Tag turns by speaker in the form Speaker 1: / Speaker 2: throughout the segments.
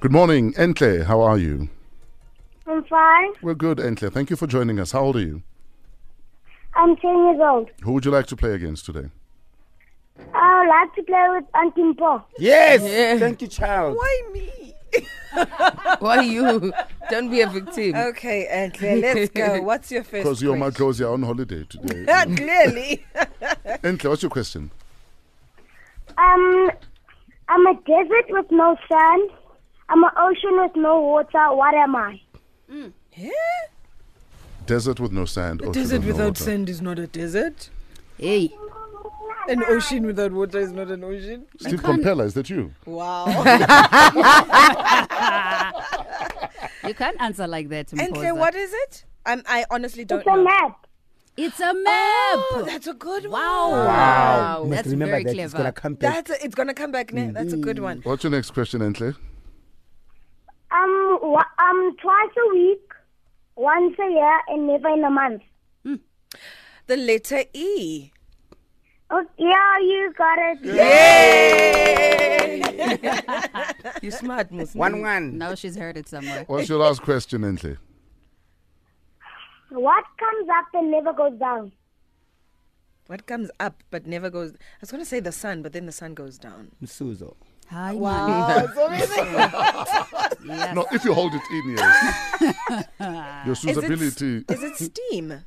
Speaker 1: Good morning, Entle. How are you?
Speaker 2: I'm fine.
Speaker 1: We're good, Entle. Thank you for joining us. How old are you?
Speaker 2: I'm 10 years old.
Speaker 1: Who would you like to play against today?
Speaker 2: I would like to play with Auntie Paul.
Speaker 3: Yes.
Speaker 4: Yeah.
Speaker 3: Thank you, child.
Speaker 5: Why me?
Speaker 4: Why you? Don't be a victim.
Speaker 5: Okay, Antle, let's go. What's your first?
Speaker 1: Because your
Speaker 5: question? Ah,
Speaker 1: Magosi are on holiday today.
Speaker 5: Clearly.
Speaker 1: Entle, what's your question?
Speaker 2: Um, I'm a desert with no sun. I'm an ocean with no water. What am I?
Speaker 1: Desert with no sand. ocean
Speaker 5: desert
Speaker 1: with no
Speaker 5: without
Speaker 1: water.
Speaker 5: sand is not a desert.
Speaker 4: Hey,
Speaker 5: An ocean without water is not an ocean.
Speaker 1: Steve Compella, is that you?
Speaker 5: Wow.
Speaker 6: You can't answer like that.
Speaker 5: Antle,
Speaker 6: Mpoza.
Speaker 5: what is it? Um, I honestly don't
Speaker 2: It's a
Speaker 5: know.
Speaker 2: map.
Speaker 6: It's a map.
Speaker 5: Oh, that's a good one.
Speaker 6: wow.
Speaker 3: Wow. You must
Speaker 6: That's
Speaker 3: remember
Speaker 6: very
Speaker 3: that. It's
Speaker 6: clever.
Speaker 3: gonna come back.
Speaker 5: That's a, it's gonna come back. Ne? That's a good one.
Speaker 1: What's your next question, Entle?
Speaker 2: Um, wa- um, twice a week, once a year, and never in a month.
Speaker 5: The letter E.
Speaker 2: Oh, yeah, you got it.
Speaker 4: you smart, Musi.
Speaker 3: One one.
Speaker 6: Now she's heard it somewhere.
Speaker 1: What's your last question, Entle?
Speaker 2: What comes up and never goes down?
Speaker 5: What comes up but never goes? I was gonna say the sun, but then the sun goes down.
Speaker 3: Msuzo.
Speaker 6: Hi,
Speaker 1: No, if you hold it in, yes. your suitability.
Speaker 5: Is it steam?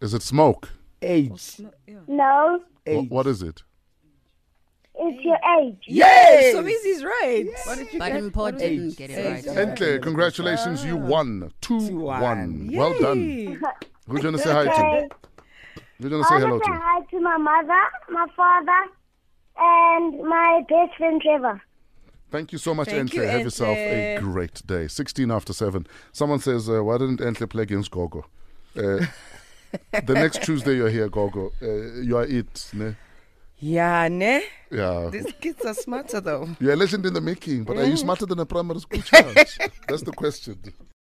Speaker 1: Is it smoke?
Speaker 3: Age.
Speaker 2: No,
Speaker 1: Wha- what is it?
Speaker 2: it's your age.
Speaker 3: Yes.
Speaker 5: So Izzy's right. What did you
Speaker 6: But
Speaker 5: get?
Speaker 6: Mpo didn't get it right.
Speaker 1: Entle, congratulations. You won. 2 1.
Speaker 3: one.
Speaker 1: Well done.
Speaker 5: Ah. Yay.
Speaker 1: Who do you want to say hi to? Who do you want to
Speaker 2: I
Speaker 1: say hello
Speaker 2: want to say
Speaker 1: to?
Speaker 2: hi to my mother, my father, and my best friend Trevor.
Speaker 1: Thank you so much,
Speaker 5: Thank
Speaker 1: Entle.
Speaker 5: you,
Speaker 1: Have yourself a
Speaker 5: Entle.
Speaker 1: great day. 16 after 7. Someone says, uh, why didn't Entle play against Gogo? Uh, the next Tuesday you're here, Gogo. Uh, you are it. Ne?
Speaker 4: Yeah, ne?
Speaker 1: Yeah.
Speaker 4: These kids are smarter though.
Speaker 1: You're a legend in the making, but are you smarter than a primary school child? That's the question.